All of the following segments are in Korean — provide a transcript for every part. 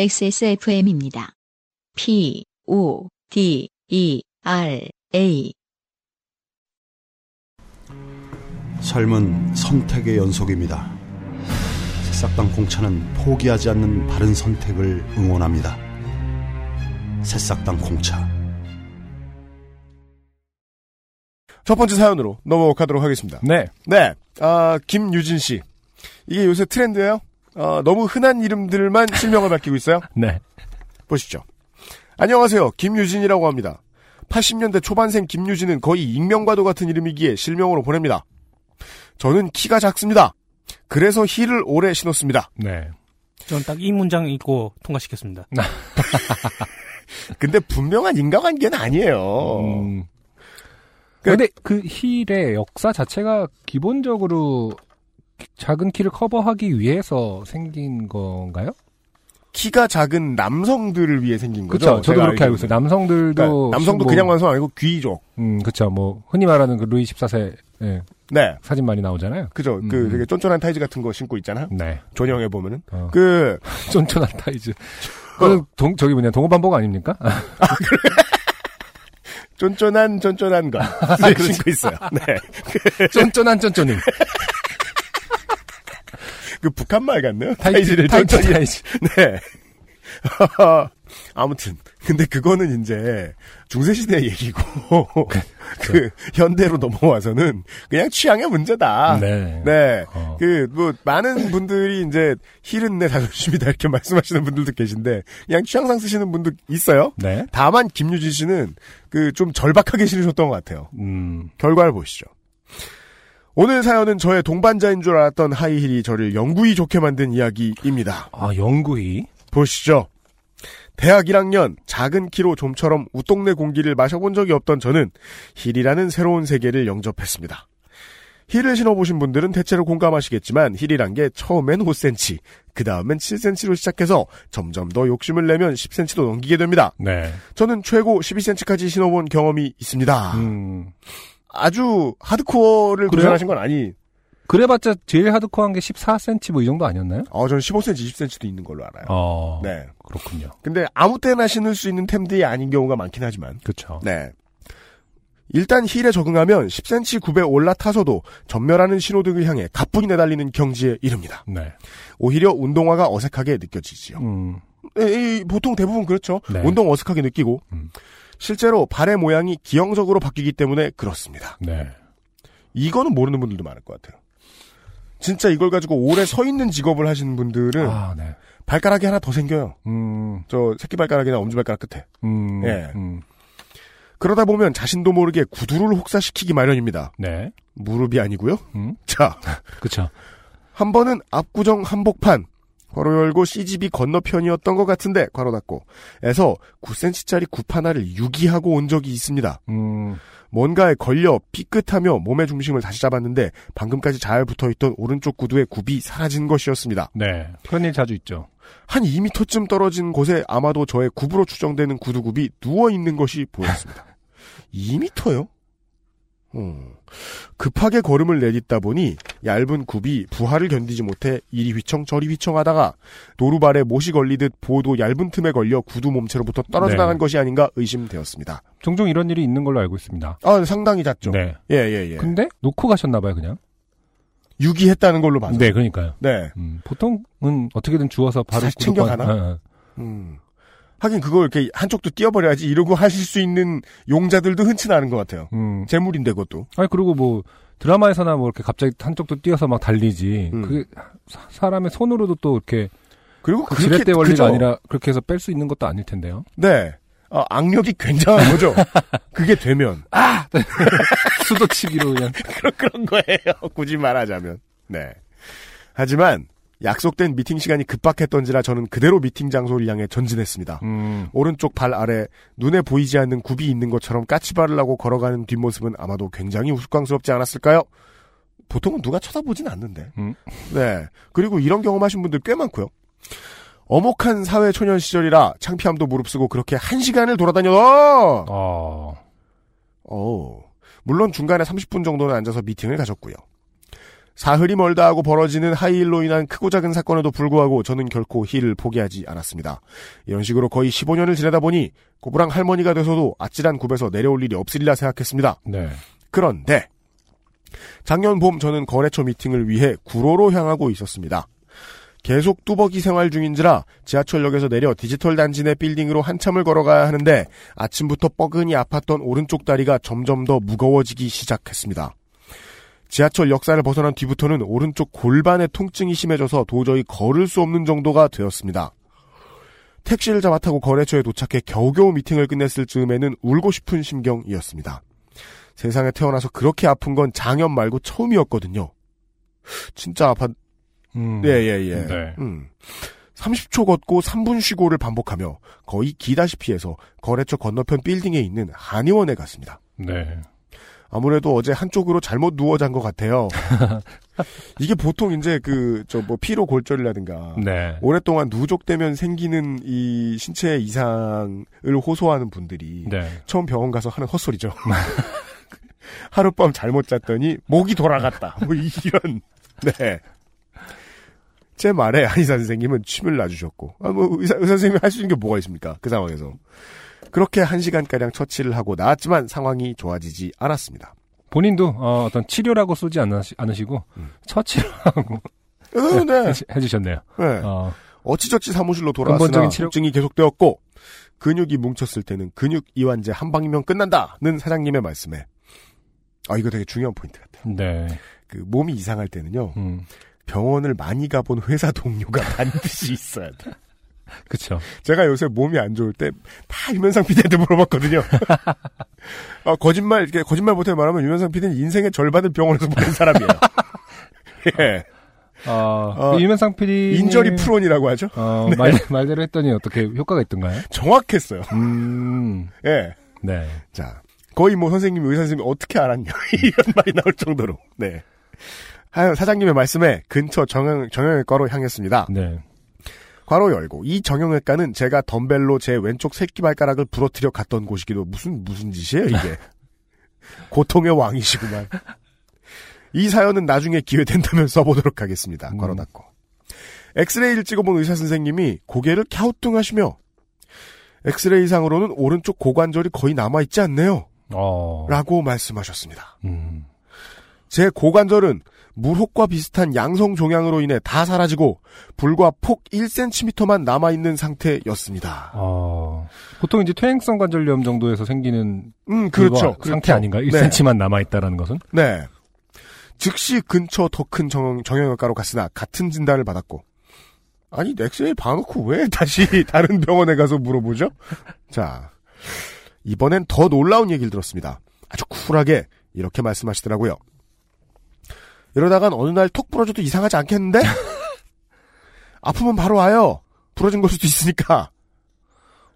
XSFM입니다. P, O, D, E, R, A. 삶은 선택의 연속입니다. 새싹당 공차는 포기하지 않는 바른 선택을 응원합니다. 새싹당 공차. 첫 번째 사연으로 넘어가도록 하겠습니다. 네. 네, 아, 김유진 씨. 이게 요새 트렌드예요. 아, 너무 흔한 이름들만 실명을 맡기고 있어요. 네. 보시죠. 안녕하세요. 김유진이라고 합니다. 80년대 초반생 김유진은 거의 익명과도 같은 이름이기에 실명으로 보냅니다. 저는 키가 작습니다. 그래서 힐을 오래 신었습니다. 네. 저는 딱 이 문장 읽고 통과시켰습니다. 근데 분명한 인과관계는 아니에요. 음. 그- 근데 그 힐의 역사 자체가 기본적으로 작은 키를 커버하기 위해서 생긴 건가요? 키가 작은 남성들을 위해 생긴 거죠. 그렇죠. 저도 제가 그렇게 알고 있어요. 알기로는. 남성들도 그러니까 남성도 혹시 그냥 뭐, 완성 아니고 귀족. 음, 그렇죠. 뭐 흔히 말하는 그 루이 14세 예, 네. 사진 많이 나오잖아요. 그죠. 그 음. 되게 쫀쫀한 타이즈 같은 거 신고 있잖아. 네. 존영해 보면은 어. 그 쫀쫀한 어. 타이즈. 그 동, 저기 뭐냐 동호반복 아닙니까? 쫀쫀한 쫀쫀한 거 신고 있어요. 네. 쫀쫀한 쫀쫀이. 그 북한 말 같네요. 타이즈, 타이즈를 타이즈, 쫀쫀히. 타이즈. 네. 아무튼 근데 그거는 이제 중세 시대 얘기고 그 현대로 넘어와서는 그냥 취향의 문제다. 네. 네. 어. 그, 뭐, 많은 분들이 이제, 힐은 내 자존심이다, 이렇게 말씀하시는 분들도 계신데, 그냥 취향상 쓰시는 분도 있어요. 네. 다만, 김유진 씨는, 그, 좀 절박하게 신으셨던 것 같아요. 음. 결과를 보시죠. 오늘 사연은 저의 동반자인 줄 알았던 하이힐이 저를 영구히 좋게 만든 이야기입니다. 아 영구히. 보시죠. 대학 1학년 작은 키로 좀처럼 웃동네 공기를 마셔본 적이 없던 저는 힐이라는 새로운 세계를 영접했습니다. 힐을 신어보신 분들은 대체로 공감하시겠지만 힐이란 게 처음엔 5cm, 그 다음엔 7cm로 시작해서 점점 더 욕심을 내면 10cm도 넘기게 됩니다. 네. 저는 최고 12cm까지 신어본 경험이 있습니다. 음. 아주 하드코어를 그래요? 도전하신 건 아니. 그래봤자 제일 하드코어한 게 14cm 뭐 이 정도 아니었나요? 어, 전 15cm, 20cm도 있는 걸로 알아요. 어. 네. 그렇군요. 근데 아무 때나 신을 수 있는 템들이 아닌 경우가 많긴 하지만. 그렇죠. 네. 일단 힐에 적응하면 10cm 굽에 올라타서도 전멸하는 신호등을 향해 가뿐히 내달리는 경지에 이릅니다. 네. 오히려 운동화가 어색하게 느껴지지요. 네, 음. 에이, 보통 대부분 그렇죠. 네. 운동 어색하게 느끼고. 음. 실제로 발의 모양이 기형적으로 바뀌기 때문에 그렇습니다. 네. 이거는 모르는 분들도 많을 것 같아요. 진짜 이걸 가지고 오래 서 있는 직업을 하시는 분들은 아, 네. 발가락이 하나 더 생겨요. 음. 저 새끼 발가락이나 엄지 발가락 끝에. 음. 예. 음. 그러다 보면 자신도 모르게 구두를 혹사시키기 마련입니다. 네. 무릎이 아니고요. 음. 자, 그렇죠. 한 번은 압구정 한복판 괄호 열고 CGV 건너편이었던 것 같은데 괄호 닫고 에서 9cm짜리 굽 하나를 유기하고 온 적이 있습니다. 음. 뭔가에 걸려 삐끗하며 몸의 중심을 다시 잡았는데 방금까지 잘 붙어있던 오른쪽 구두의 굽이 사라진 것이었습니다. 네. 그런 일 자주 있죠. 한 2미터쯤 떨어진 곳에 아마도 저의 굽으로 추정되는 구두굽이 누워 있는 것이 보였습니다. 2미터요? 어. 급하게 걸음을 내딛다 보니 얇은 굽이 부하를 견디지 못해 이리 휘청 저리 휘청하다가 노루발에 못이 걸리듯 보도 얇은 틈에 걸려 구두 몸체로부터 떨어져 네. 나간 것이 아닌가 의심되었습니다. 종종 이런 일이 있는 걸로 알고 있습니다. 아, 상당히 작죠. 네. 예예예. 근데 놓고 가셨나 봐요, 그냥. 유기했다는 걸로 봐서. 네, 그러니까요. 네. 음, 보통은 어떻게든 주워서 바로 살 챙겨가나? 구독권- 어, 어. 음. 하긴 그걸 이렇게 한쪽도 띄어버려야지 이러고 하실 수 있는 용자들도 흔치 않은 것 같아요. 음. 재물인데 그것도. 아니 그리고 뭐 드라마에서나 뭐 이렇게 갑자기 한쪽도 뛰어서 막 달리지. 음. 그게 사- 사람의 손으로도 또 이렇게 그리고 그 그렇게 지렛대 원리가 그죠? 아니라 그렇게 해서 뺄 수 있는 것도 아닐 텐데요. 네 아, 악력이 굉장한 거죠. 그게 되면 아, 수도치기로 그냥. 그런 그런 거예요. 굳이 말하자면 네. 하지만 약속된 미팅 시간이 급박했던지라 저는 그대로 미팅 장소를 향해 전진했습니다. 음. 오른쪽 발 아래 눈에 보이지 않는 굽이 있는 것처럼 까치발을 하고 걸어가는 뒷모습은 아마도 굉장히 우스꽝스럽지 않았을까요? 보통은 누가 쳐다보진 않는데. 음. 네. 그리고 이런 경험하신 분들 꽤 많고요. 어목한 사회 초년 시절이라 창피함도 무릅쓰고 그렇게 한 시간을 돌아다녀. 어. 어. 물론 중간에 30분 정도는 앉아서 미팅을 가졌고요. 사흘이 멀다 하고 벌어지는 하이힐로 인한 크고 작은 사건에도 불구하고 저는 결코 힐을 포기하지 않았습니다. 이런 식으로 거의 15년을 지내다 보니 고부랑 할머니가 돼서도 아찔한 굽에서 내려올 일이 없으리라 생각했습니다. 네. 그런데 작년 봄 저는 거래처 미팅을 위해 구로로 향하고 있었습니다. 계속 뚜벅이 생활 중인지라 지하철역에서 내려 디지털 단지 내 빌딩으로 한참을 걸어가야 하는데 아침부터 뻐근히 아팠던 오른쪽 다리가 점점 더 무거워지기 시작했습니다. 지하철 역사를 벗어난 뒤부터는 오른쪽 골반의 통증이 심해져서 도저히 걸을 수 없는 정도가 되었습니다. 택시를 잡아 타고 거래처에 도착해 겨우겨우 미팅을 끝냈을 즈음에는 울고 싶은 심경이었습니다. 세상에 태어나서 그렇게 아픈 건 장염 말고 처음이었거든요. 진짜 아팠, 음. 예, 예, 예. 네. 음. 30초 걷고 3분 쉬고를 반복하며 거의 기다시피 해서 거래처 건너편 빌딩에 있는 한의원에 갔습니다. 네. 아무래도 어제 한쪽으로 잘못 누워 잔 것 같아요. 이게 보통 이제 그, 저 뭐 피로 골절이라든가. 네. 오랫동안 누적되면 생기는 이 신체 이상을 호소하는 분들이 네. 처음 병원 가서 하는 헛소리죠. 하룻밤 잘못 잤더니 목이 돌아갔다. 뭐 이런. 네. 제 말에 한의사 선생님은 침을 놔주셨고, 아, 뭐 의사, 의사 선생님이 할 수 있는 게 뭐가 있습니까? 그 상황에서. 그렇게 한 시간가량 처치를 하고 나왔지만 상황이 좋아지지 않았습니다. 본인도 어, 어떤 치료라고 쓰지 않으시, 않으시고 처치를 어, 음. 네. 해주- 해주셨네요. 네. 어, 어찌저찌 사무실로 돌아왔으나 근본적인 치료- 통증이 계속되었고 근육이 뭉쳤을 때는 근육 이완제 한 방이면 끝난다는 사장님의 말씀에 아 이거 되게 중요한 포인트 같아요. 네. 그 몸이 이상할 때는요 음. 병원을 많이 가본 회사 동료가 반드시 있어야 돼. 그쵸. 제가 요새 몸이 안 좋을 때 다 유면상 PD한테 물어봤거든요. 아, 거짓말 이렇게 거짓말 못해 말하면 유면상 PD는 인생의 절반을 병원에서 보낸 사람이에요. 예. 어, 그 유면상 PD. 인절이 네. 프론이라고 하죠. 어, 말, 말대로 했더니 어떻게 효과가 있던가요? 정확했어요. 음. 예. 네. 자, 거의 뭐 선생님이 의사 선생님이 어떻게 알았냐 이런 말이 나올 정도로. 네. 하여 사장님의 말씀에 근처 정형, 정형외과로 향했습니다. 네. 괄호 열고 이 정형외과는 제가 덤벨로 제 왼쪽 새끼발가락을 부러뜨려 갔던 곳이기도 무슨 무슨 짓이에요 이게 고통의 왕이시구만 이 사연은 나중에 기회 된다면 써보도록 하겠습니다 괄호 음. 닫고 엑스레이를 찍어본 의사 선생님이 고개를 갸우뚱하시며 엑스레이상으로는 오른쪽 고관절이 거의 남아있지 않네요 어. 라고 말씀하셨습니다 음. 제 고관절은 물혹과 비슷한 양성 종양으로 인해 다 사라지고 불과 폭 1cm만 남아있는 상태였습니다. 어. 보통 이제 퇴행성 관절염 정도에서 생기는 음, 그렇죠. 그거 상태 아닌가요? 1cm만 남아있다라는 것은? 네. 즉시 근처 더 큰 정형, 정형외과로 갔으나 같은 진단을 받았고 아니 넥스에 봐놓고 왜 다시 다른 병원에 가서 물어보죠? 자 이번엔 더 놀라운 얘기를 들었습니다. 아주 쿨하게 이렇게 말씀하시더라고요. 이러다간 어느 날 톡 부러져도 이상하지 않겠는데? 아프면 바로 와요. 부러진 걸 수도 있으니까.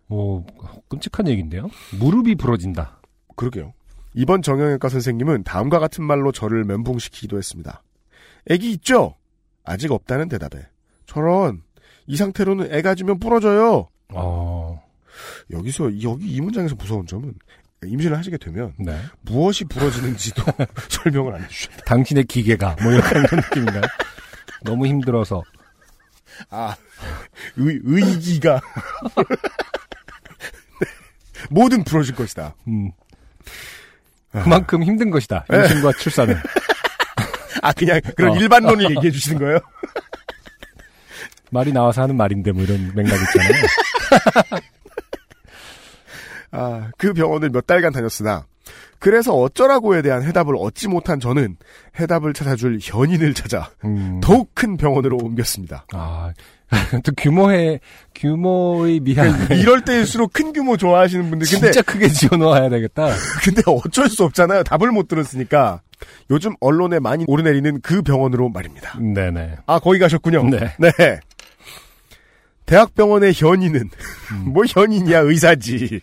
오, 뭐, 끔찍한 얘기인데요? 무릎이 부러진다. 그러게요. 이번 정형외과 선생님은 다음과 같은 말로 저를 멘붕시키기도 했습니다. 애기 있죠? 아직 없다는 대답에. 저런, 이 상태로는 애가 지면 부러져요. 어. 여기서, 여기 이 문장에서 무서운 점은 임신을 하시게 되면 네. 무엇이 부러지는지도 설명을 안 해주셔요. 당신의 기계가, 뭐 약간 이런 느낌인가요? 너무 힘들어서. 아, 의, 의기가. 뭐든 부러질 것이다. 음. 그만큼 힘든 것이다. 임신과 출산은. 아, 그냥 그런 어. 일반론을 얘기해 주시는 거예요? 말이 나와서 하는 말인데 뭐 이런 맥락 있잖아요. 아, 그 병원을 몇 달간 다녔으나 그래서 어쩌라고에 대한 해답을 얻지 못한 저는 해답을 찾아줄 현인을 찾아 음. 더욱 큰 병원으로 옮겼습니다. 아, 또 규모의, 규모의 미한. 이럴 때일수록 큰 규모 좋아하시는 분들 근데 진짜 크게 지어놓아야 되겠다. 그- 근데 어쩔 수 없잖아요. 답을 못 들었으니까 요즘 언론에 많이 오르내리는 그 병원으로 말입니다. 네네. 아, 거기 가셨군요. 네. 네. 대학병원의 현인은, 뭐 현인이야, 의사지.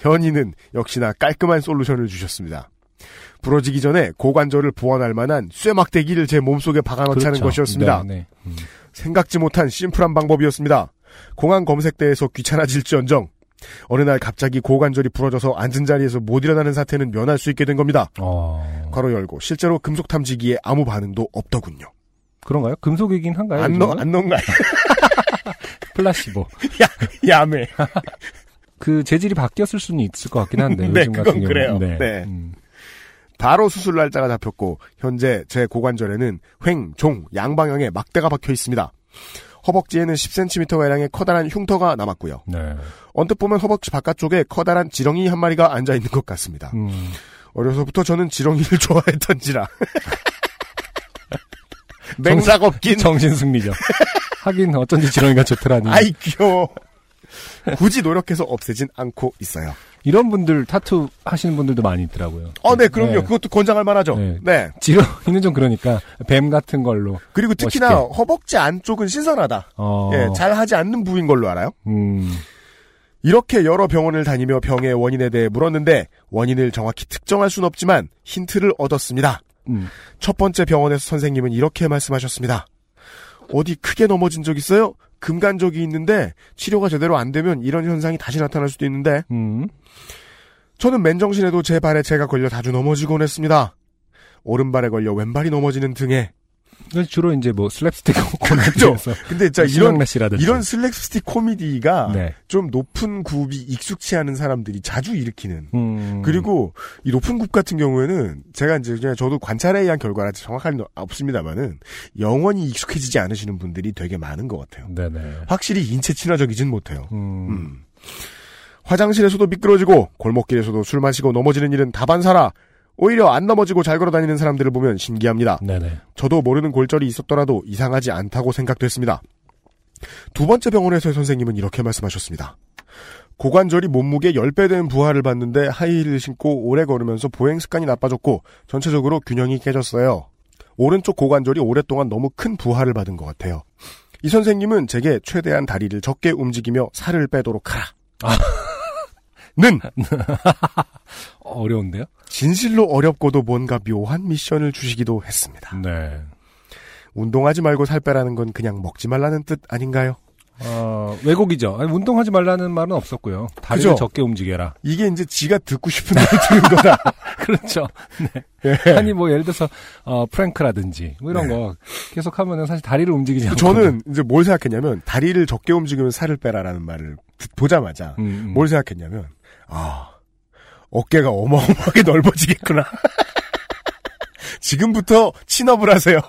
현인은 역시나 깔끔한 솔루션을 주셨습니다. 부러지기 전에 고관절을 보완할 만한 쇠막대기를 제 몸속에 박아넣자는 것이었습니다. 네, 네. 음. 생각지 못한 심플한 방법이었습니다. 공항 검색대에서 귀찮아질지언정 어느 날 갑자기 고관절이 부러져서 앉은 자리에서 못 일어나는 사태는 면할 수 있게 된 겁니다. 어. 괄호 열고 실제로 금속 탐지기에 아무 반응도 없더군요. 그런가요? 금속이긴 한가요? 안 넣, 안 넣은 거야. 플라시보. 야매. 그 재질이 바뀌었을 수는 있을 것 같긴 한데. 네, 요즘 그건 같은 경우는. 그래요. 네. 네. 음. 바로 수술 날짜가 잡혔고 현재 제 고관절에는 횡, 종, 양방향에 막대가 박혀 있습니다. 허벅지에는 10cm가량의 커다란 흉터가 남았고요. 네. 언뜻 보면 허벅지 바깥쪽에 커다란 지렁이 한 마리가 앉아 있는 것 같습니다. 음. 어려서부터 저는 지렁이를 좋아했던지라. 맥락 없긴. 정신승리죠. 하긴 어쩐지 지렁이가 좋더라니. 아이 귀여워. 굳이 노력해서 없애진 않고 있어요. 이런 분들 타투 하시는 분들도 많이 있더라고요. 어, 네, 그럼요. 네. 그것도 권장할 만하죠. 네. 네. 지렁이는 좀 그러니까 뱀 같은 걸로. 그리고 특히나 멋있게. 허벅지 안쪽은 신선하다. 어. 예, 잘 하지 않는 부위인 걸로 알아요. 음. 이렇게 여러 병원을 다니며 병의 원인에 대해 물었는데 원인을 정확히 특정할 순 없지만 힌트를 얻었습니다. 음. 첫 번째 병원에서 선생님은 이렇게 말씀하셨습니다. 어디 크게 넘어진 적 있어요? 금간적이 있는데 치료가 제대로 안 되면 이런 현상이 다시 나타날 수도 있는데 음. 저는 맨정신에도 제 발에 제가 걸려 자주 넘어지곤 했습니다. 오른발에 걸려 왼발이 넘어지는 등에 그래서 주로 이제 뭐 슬랩스틱 그죠? 코미디에서 근데 진짜 이런 신랑래시라든지 이런 슬랙스틱 코미디가 네. 좀 높은 굽이 익숙치 않은 사람들이 자주 일으키는 음. 그리고 이 높은 굽 같은 경우에는 제가 이제 그냥 저도 관찰에 의한 결과라 정확한 건 없습니다만은 영원히 익숙해지지 않으시는 분들이 되게 많은 것 같아요. 네네. 확실히 인체 친화적이진 못해요. 음. 음. 화장실에서도 미끄러지고 골목길에서도 술 마시고 넘어지는 일은 다반사라 오히려 안 넘어지고 잘 걸어 다니는 사람들을 보면 신기합니다. 네네. 저도 모르는 골절이 있었더라도 이상하지 않다고 생각됐습니다. 두 번째 병원에서의 선생님은 이렇게 말씀하셨습니다. 고관절이 몸무게 10배 된 부하를 받는데 하이힐을 신고 오래 걸으면서 보행 습관이 나빠졌고 전체적으로 균형이 깨졌어요. 오른쪽 고관절이 오랫동안 너무 큰 부하를 받은 것 같아요. 이 선생님은 제게 최대한 다리를 적게 움직이며 살을 빼도록 하라. 는 어, 어려운데요? 진실로 어렵고도 뭔가 묘한 미션을 주시기도 했습니다. 네. 운동하지 말고 살 빼라는 건 그냥 먹지 말라는 뜻 아닌가요? 어, 왜곡이죠. 아니, 운동하지 말라는 말은 없었고요. 다리를 그죠? 적게 움직여라. 이게 이제 지가 듣고 싶은 대로 듣는 거다. 그렇죠. 예. 아니 뭐 예를 들어서 어, 프랭크라든지 뭐 이런 네. 거 계속 하면은 사실 다리를 움직이지 않고 저는 이제 뭘 생각했냐면 다리를 적게 움직이면 살을 빼라라는 말을 듣- 보자마자 음, 음. 뭘 생각했냐면 아 어깨가 어마어마하게 넓어지겠구나. 지금부터 친업을 하세요.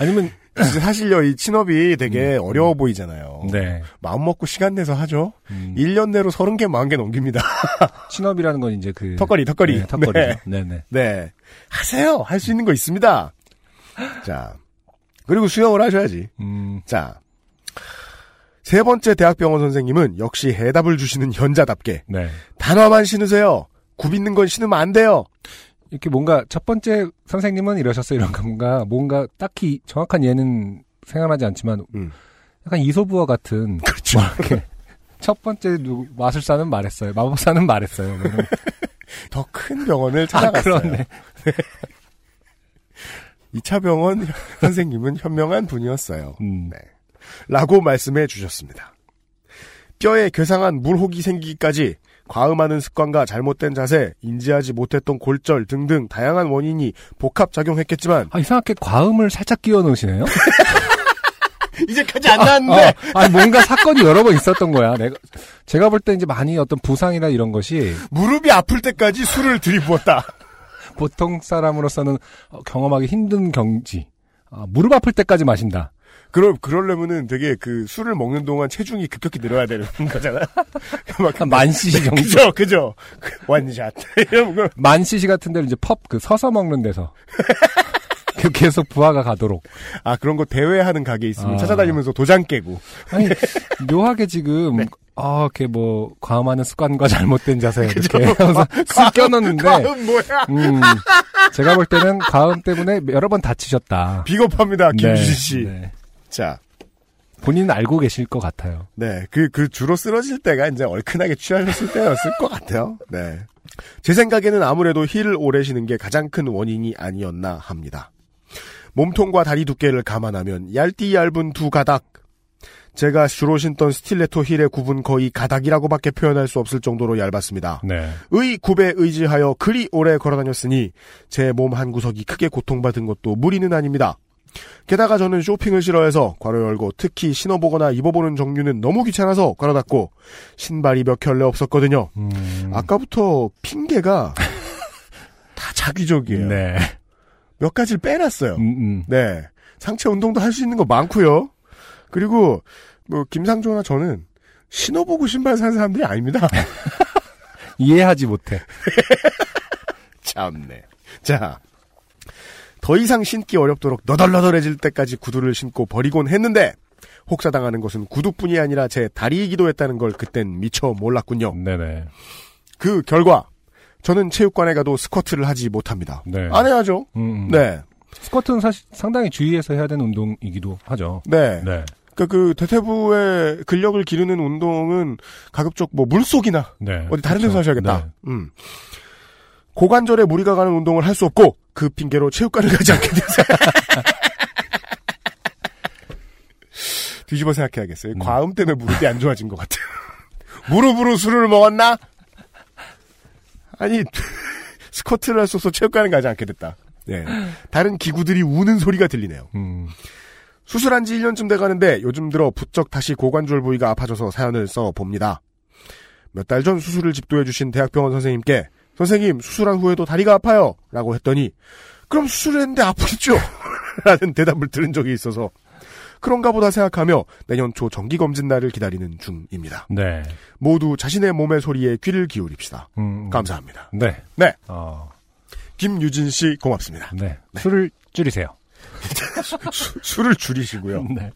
아니면 진짜 사실요 이 친업이 되게 어려워 보이잖아요. 음. 네. 마음 먹고 시간 내서 하죠. 음, 1년 내로 30개 40개 넘깁니다. 친업이라는 건 이제 그 턱걸이 턱걸이. 네, 턱걸이. 네. 네, 네. 네. 하세요. 할 수 있는 거 있습니다. 자. 그리고 수영을 하셔야지. 음. 자. 세 번째 대학병원 선생님은 역시 해답을 주시는 현자답게 네. 단화만 신으세요. 굽 있는 건 신으면 안 돼요. 이렇게 뭔가 첫 번째 선생님은 이러셨어요. 이런 거 뭔가 뭔가 딱히 정확한 예는 생각나지 않지만 음. 약간 이소부어 같은 그렇죠. 이렇게 첫 번째 누 마술사는 말했어요. 마법사는 말했어요. 뭐 이런- 더 큰 병원을 아 찾아갔어요. 그렇네. 2차 병원 선생님은 현명한 분이었어요. 네. 음. 라고 말씀해 주셨습니다. 뼈에 괴상한 물혹이 생기기까지 과음하는 습관과 잘못된 자세, 인지하지 못했던 골절 등등 다양한 원인이 복합작용했겠지만 아 이상하게 과음을 살짝 끼워 넣으시네요. 이제까지 안 나왔는데 어, 아니 뭔가 사건이 여러 번 있었던 거야. 내가 제가 볼 때 이제 많이 어떤 부상이나 이런 것이 무릎이 아플 때까지 술을 들이부었다. 보통 사람으로서는 어, 경험하기 힘든 경지. 아, 무릎 아플 때까지 마신다. 그럼 그러려면은 되게 그 술을 먹는 동안 체중이 급격히 늘어야 되는 거잖아. 막 한 만CC 정도. 그죠, 그죠. 완샷 이런 거. 네, 만CC 같은 데를 이제 펍 그 서서 먹는 데서 그 계속 부하가 가도록. 아 그런 거 대회하는 가게 있으면 아. 찾아다니면서 도장 깨고. 아니 묘하게 지금 아 이렇게 뭐 과음하는 습관과 잘못된 자세 이렇게 하면서 쓱 껴넣는데 과음 뭐야? 음, 제가 볼 때는 과음 때문에 여러 번 다치셨다. 비겁합니다, 아, 김주진 네, 씨. 네. 자, 본인은 알고 계실 것 같아요. 네, 그, 그 주로 쓰러질 때가 이제 얼큰하게 취하셨을 때였을 것 같아요. 네. 제 생각에는 아무래도 힐을 오래 신은 게 가장 큰 원인이 아니었나 합니다. 몸통과 다리 두께를 감안하면 얇디 얇은 두 가닥. 제가 주로 신던 스틸레토 힐의 굽은 거의 가닥이라고밖에 표현할 수 없을 정도로 얇았습니다. 네. 의 굽에 의지하여 그리 오래 걸어다녔으니 제 몸 한 구석이 크게 고통받은 것도 무리는 아닙니다. 게다가 저는 쇼핑을 싫어해서 괄호 열고 특히 신어보거나 입어보는 종류는 너무 귀찮아서 괄호 닫고 신발이 몇 켤레 없었거든요. 음, 아까부터 핑계가 다 자기적이에요. 네. 몇 가지를 빼놨어요. 음, 음. 네. 상체 운동도 할 수 있는 거 많고요. 그리고 뭐 김상조나 저는 신어보고 신발 산 사람들이 아닙니다. 이해하지 못해. 참네. 자. 더 이상 신기 어렵도록 너덜너덜해질 때까지 구두를 신고 버리곤 했는데 혹사당하는 것은 구두뿐이 아니라 제 다리이기도 했다는 걸 그땐 미처 몰랐군요. 네네. 그 결과 저는 체육관에 가도 스쿼트를 하지 못합니다. 네. 안 해야죠. 음, 음. 네. 스쿼트는 사실 상당히 주의해서 해야 되는 운동이기도 하죠. 네. 네. 그러니까 그 대퇴부의 근력을 기르는 운동은 가급적 뭐 물속이나 네. 어디 다른 데서 그렇죠. 하셔야겠다. 네. 음. 고관절에 무리가 가는 운동을 할 수 없고 그 핑계로 체육관을 가지 않게 됐어요. 뒤집어 생각해야겠어요. 과음 때문에 무릎이 안 좋아진 것 같아요. 무릎으로 술을 먹었나? 아니 스쿼트를 할 수 없어 체육관을 가지 않게 됐다. 예. 다른 기구들이 우는 소리가 들리네요. 음. 수술한 지 1년쯤 돼 가는데 요즘 들어 부쩍 다시 고관절 부위가 아파져서 사연을 써 봅니다. 몇 달 전 수술을 집도해 주신 대학병원 선생님께 선생님 수술한 후에도 다리가 아파요 라고 했더니 그럼 수술했는데 아프겠죠 라는 대답을 들은 적이 있어서 그런가 보다 생각하며 내년 초 정기검진 날을 기다리는 중입니다. 네. 모두 자신의 몸의 소리에 귀를 기울입시다. 음, 음. 감사합니다. 네. 네. 어, 김유진 씨 고맙습니다. 네. 술을 줄이세요. 수- 술을 줄이시고요. 네.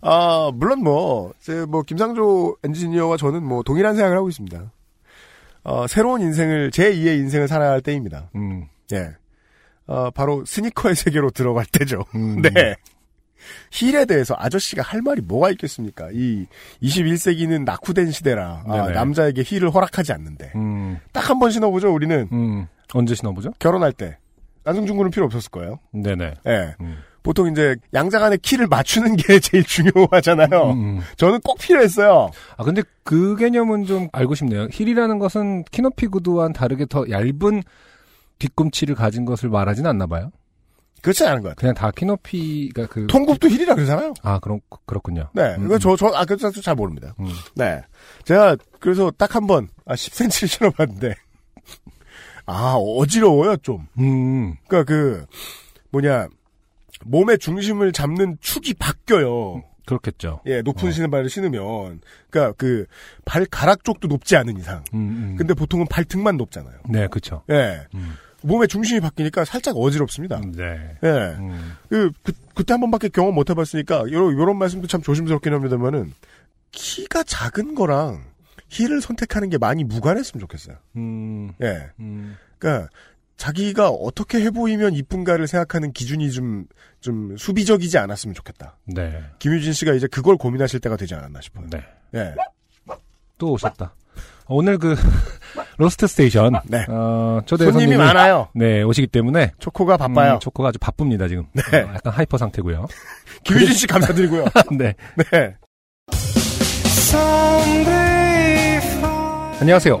아, 물론 뭐, 이제 뭐, 김상조 엔지니어와 저는 뭐, 동일한 생각을 하고 있습니다. 어, 새로운 인생을, 제2의 인생을 살아야 할 때입니다. 음. 예. 어, 바로 스니커의 세계로 들어갈 때죠. 음. 네. 힐에 대해서 아저씨가 할 말이 뭐가 있겠습니까? 이 21세기는 낙후된 시대라, 아, 네네. 남자에게 힐을 허락하지 않는데. 음. 딱 한 번 신어보죠, 우리는. 음. 언제 신어보죠? 결혼할 때. 안승준 군은 필요 없었을 거예요. 네네. 예. 음. 보통 이제 양자 간의 키를 맞추는 게 제일 중요하잖아요. 음. 저는 꼭 필요했어요. 아, 근데 그 개념은 좀 알고 싶네요. 힐이라는 것은 키높이 구두와는 다르게 더 얇은 뒤꿈치를 가진 것을 말하진 않나 봐요. 그렇지 않은 것 같아요. 그냥 다 키높이가 그. 통굽도 힐이라 그러잖아요. 아, 그럼, 그렇군요. 네. 음, 이거 저, 저, 아, 그래서 잘 모릅니다. 음. 네. 제가 그래서 딱 한 번, 아, 10cm를 신어봤는데, 아, 어지러워요, 좀. 음. 그니까 그, 뭐냐, 몸의 중심을 잡는 축이 바뀌어요. 그렇겠죠. 예, 높은 어. 신발을 신으면. 그니까 그, 발가락 쪽도 높지 않은 이상. 음, 음. 근데 보통은 발등만 높잖아요. 네, 그쵸. 예. 음. 몸의 중심이 바뀌니까 살짝 어지럽습니다. 네. 예. 음. 그, 그, 그때 한 번밖에 경험 못 해봤으니까, 요런, 요런 말씀도 참 조심스럽긴 합니다만은, 키가 작은 거랑 힐을 선택하는 게 많이 무관했으면 좋겠어요. 음. 예. 음. 그니까, 자기가 어떻게 해보이면 이쁜가를 생각하는 기준이 좀, 좀 수비적이지 않았으면 좋겠다. 네. 김유진 씨가 이제 그걸 고민하실 때가 되지 않았나 싶어요. 네. 예. 또 오셨다. 어, 오늘 그, 로스트 스테이션. 네. 어, 초대 손님이 손님이 많아요. 네, 오시기 때문에. 초코가 음, 바빠요. 초코가 아주 바쁩니다, 지금. 네. 어, 약간 하이퍼 상태고요 김유진 씨 감사드리고요. 네. 네. 안녕하세요.